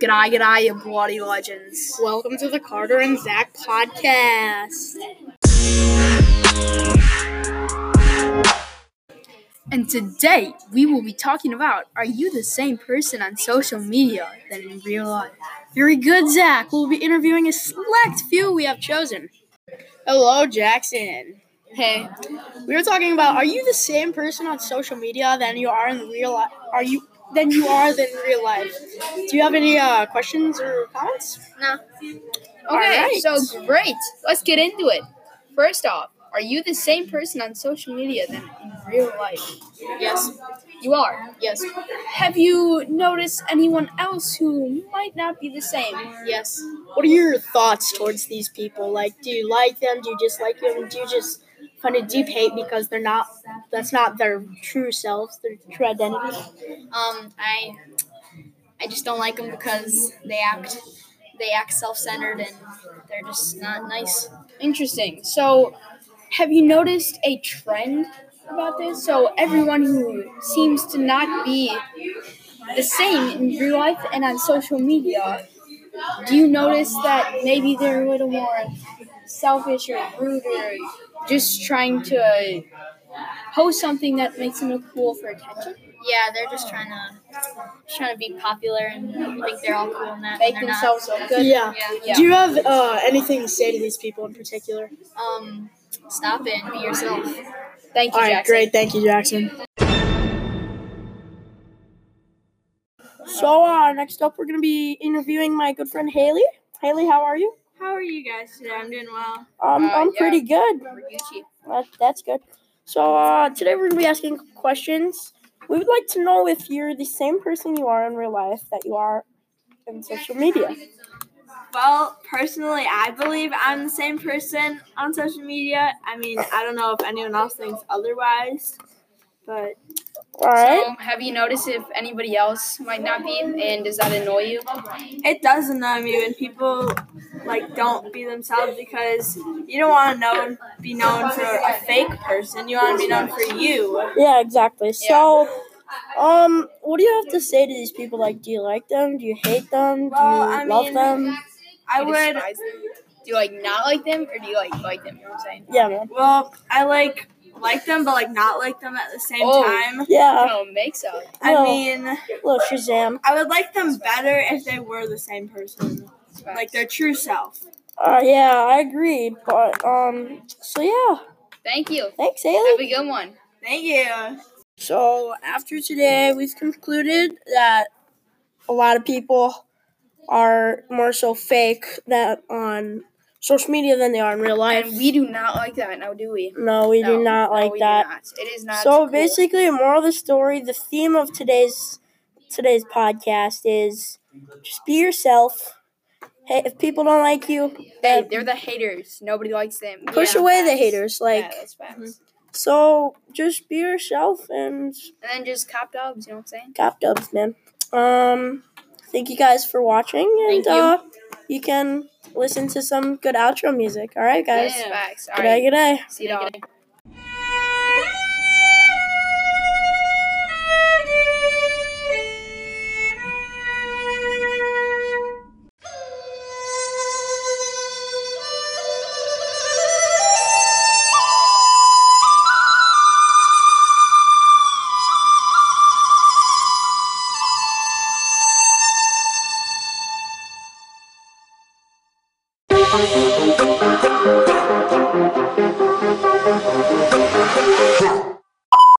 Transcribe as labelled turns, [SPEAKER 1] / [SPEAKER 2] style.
[SPEAKER 1] G'day, g'day, you bloody legends.
[SPEAKER 2] Welcome to the Carter and Zach podcast.
[SPEAKER 1] And today we will be talking about are you the same person on social media than in real life? Very good, Zach. We'll be interviewing a select few we have chosen.
[SPEAKER 2] Hello, Jackson. Hey, we were talking about are you the same person on social media than you are in real life? Are you than you are than in real life? Do you have any uh, questions or comments?
[SPEAKER 3] No.
[SPEAKER 2] All
[SPEAKER 3] Okay,
[SPEAKER 2] right.
[SPEAKER 3] so great. Let's get into it. First off, are you the same person on social media than in real life?
[SPEAKER 2] Yes.
[SPEAKER 3] You are.
[SPEAKER 2] Yes.
[SPEAKER 3] Have you noticed anyone else who might not be the same?
[SPEAKER 2] Yes. What are your thoughts towards these people? Like, do you like them? Do you dislike them? Do you just find a deep hate because they're not? That's not their true selves, their true identity.
[SPEAKER 4] Um, I I just don't like them because they act they act self-centered and they're just not nice.
[SPEAKER 3] Interesting. So, have you noticed a trend about this? So, everyone who seems to not be the same in real life and on social media, do you notice that maybe they're a little more selfish or rude or just trying to post something that makes them look cool for attention?
[SPEAKER 4] Yeah, they're just trying to just trying to be popular and think they're all cool and that. and
[SPEAKER 3] Make
[SPEAKER 4] they're not.
[SPEAKER 3] themselves look good?
[SPEAKER 2] Yeah.
[SPEAKER 4] Yeah.
[SPEAKER 3] Yeah.
[SPEAKER 2] Do you have uh, anything to say to these people in particular?
[SPEAKER 4] Um, stop it and be yourself.
[SPEAKER 3] Thank you,
[SPEAKER 2] All right,
[SPEAKER 3] Jackson.
[SPEAKER 2] great. Thank you, Jackson. So, uh, next up, we're going to be interviewing my good friend Haley. Haley, how are you?
[SPEAKER 5] How are you guys today? I'm doing well.
[SPEAKER 2] Um,
[SPEAKER 3] Uh,
[SPEAKER 2] I'm
[SPEAKER 3] yeah.
[SPEAKER 2] pretty good.
[SPEAKER 3] Gucci.
[SPEAKER 2] That, that's good. So, uh, today we're going to be asking questions. We would like to know if you're the same person you are in real life that you are in social media.
[SPEAKER 5] Well, personally, I believe I'm the same person on social media. I mean, I don't know if anyone else thinks otherwise, but
[SPEAKER 2] All right.
[SPEAKER 3] So, have you noticed if anybody else might not be, and does that annoy you?
[SPEAKER 5] it does annoy me when people like don't be themselves because you don't want to know be known for a fake person. You want to be known for you.
[SPEAKER 2] Yeah, exactly. So, um, what do you have to say to these people? Like, do you like them? Do you hate them? Do you
[SPEAKER 5] Well, I
[SPEAKER 2] love
[SPEAKER 5] mean-
[SPEAKER 2] them?
[SPEAKER 5] I
[SPEAKER 3] you
[SPEAKER 5] would
[SPEAKER 3] despise them? Do you like not like them or do you like like them? You know what I'm saying?
[SPEAKER 2] Yeah, man.
[SPEAKER 5] well, I like like them, but like not like them at the same
[SPEAKER 3] Oh.
[SPEAKER 5] time.
[SPEAKER 2] Yeah.
[SPEAKER 3] No, mix up.
[SPEAKER 5] I
[SPEAKER 2] No.
[SPEAKER 5] mean,
[SPEAKER 2] Little Shazam.
[SPEAKER 5] I would like them better if they were the same person, like their true self.
[SPEAKER 2] Uh, yeah, I agree. But um, so yeah,
[SPEAKER 3] Thank you.
[SPEAKER 2] thanks,
[SPEAKER 3] Have
[SPEAKER 2] Haley.
[SPEAKER 3] a good one.
[SPEAKER 5] Thank you.
[SPEAKER 2] So after today, we've concluded that a lot of people are more so fake that on social media than they are in real life.
[SPEAKER 3] And we do not like that now, do we?
[SPEAKER 2] no, we
[SPEAKER 3] No,
[SPEAKER 2] do not
[SPEAKER 3] no,
[SPEAKER 2] like
[SPEAKER 3] we do
[SPEAKER 2] that.
[SPEAKER 3] not. It is not.
[SPEAKER 2] so
[SPEAKER 3] cool.
[SPEAKER 2] basically, moral of the story, the theme of today's today's podcast is just be yourself. Hey, if people don't like you,
[SPEAKER 3] they, they're the haters. Nobody likes them.
[SPEAKER 2] Um, push
[SPEAKER 3] Yeah.
[SPEAKER 2] away the haters. Like
[SPEAKER 3] yeah, that's facts.
[SPEAKER 2] so, just be yourself and
[SPEAKER 3] And then just cop dubs. You know what I'm saying?
[SPEAKER 2] cop dubs, man. Um, thank you guys for watching,
[SPEAKER 3] Thank
[SPEAKER 2] and
[SPEAKER 3] you.
[SPEAKER 2] uh, you can listen to some good outro music. All right, guys.
[SPEAKER 3] That's facts. All
[SPEAKER 2] Good day,
[SPEAKER 3] right.
[SPEAKER 2] good day.
[SPEAKER 3] See you all.